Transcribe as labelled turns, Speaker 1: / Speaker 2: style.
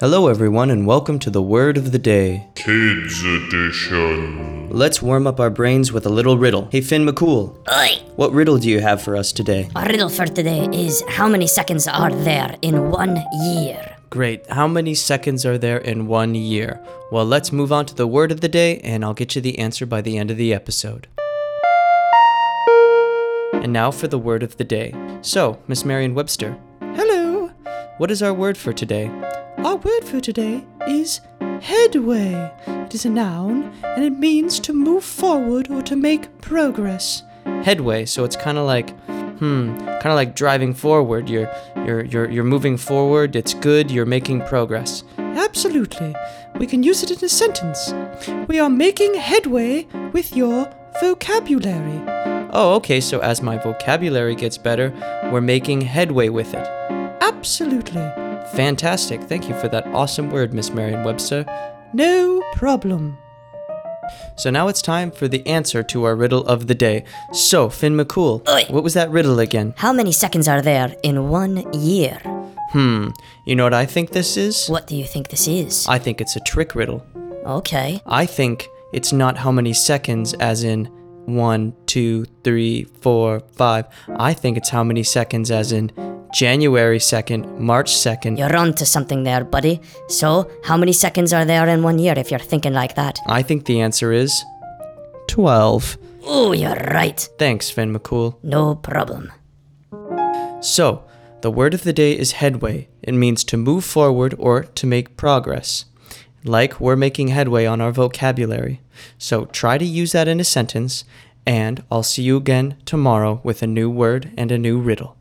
Speaker 1: Hello, everyone, and welcome to the word of the day.
Speaker 2: Kids Edition.
Speaker 1: Let's warm up our brains with a little riddle. Hey, Finn McCool,
Speaker 3: Oi!
Speaker 1: what riddle do you have for us today?
Speaker 3: Our riddle for today is how many seconds are there in one year?
Speaker 1: Great. How many seconds are there in one year? Well, let's move on to the word of the day, and I'll get you the answer by the end of the episode. And now for the word of the day. So, Miss Marion Webster. Hello. What is our word for today? Our word for today is headway. It is a noun, and it means to move forward or to make progress. Headway, so it's kind of like hmm, kind of like driving forward. You're you're you're you're moving forward. It's good. You're making progress. Absolutely. We can use it in a sentence. We are making headway with your vocabulary. Oh, okay. So as my vocabulary gets better, we're making headway with it. Absolutely. Fantastic. Thank you for that awesome word, Miss Merriam-Webster. No problem. So now it's time for the answer to our riddle of the day. So, Finn McCool,
Speaker 3: Oi.
Speaker 1: what was that riddle again?
Speaker 3: How many seconds are there in one year?
Speaker 1: Hmm, you know what I think this is?
Speaker 3: What do you think this is?
Speaker 1: I think it's a trick riddle.
Speaker 3: Okay.
Speaker 1: I think it's not how many seconds, as in one, two, three, four, five. I think it's how many seconds, as in January 2nd, March 2nd.
Speaker 3: You're on to something there, buddy. So, how many seconds are there in one year if you're thinking like that?
Speaker 1: I think the answer is 12.
Speaker 3: Oh, you're right.
Speaker 1: Thanks, Finn McCool.
Speaker 3: No problem.
Speaker 1: So, the word of the day is headway. It means to move forward or to make progress. Like we're making headway on our vocabulary. So, try to use that in a sentence, and I'll see you again tomorrow with a new word and a new riddle.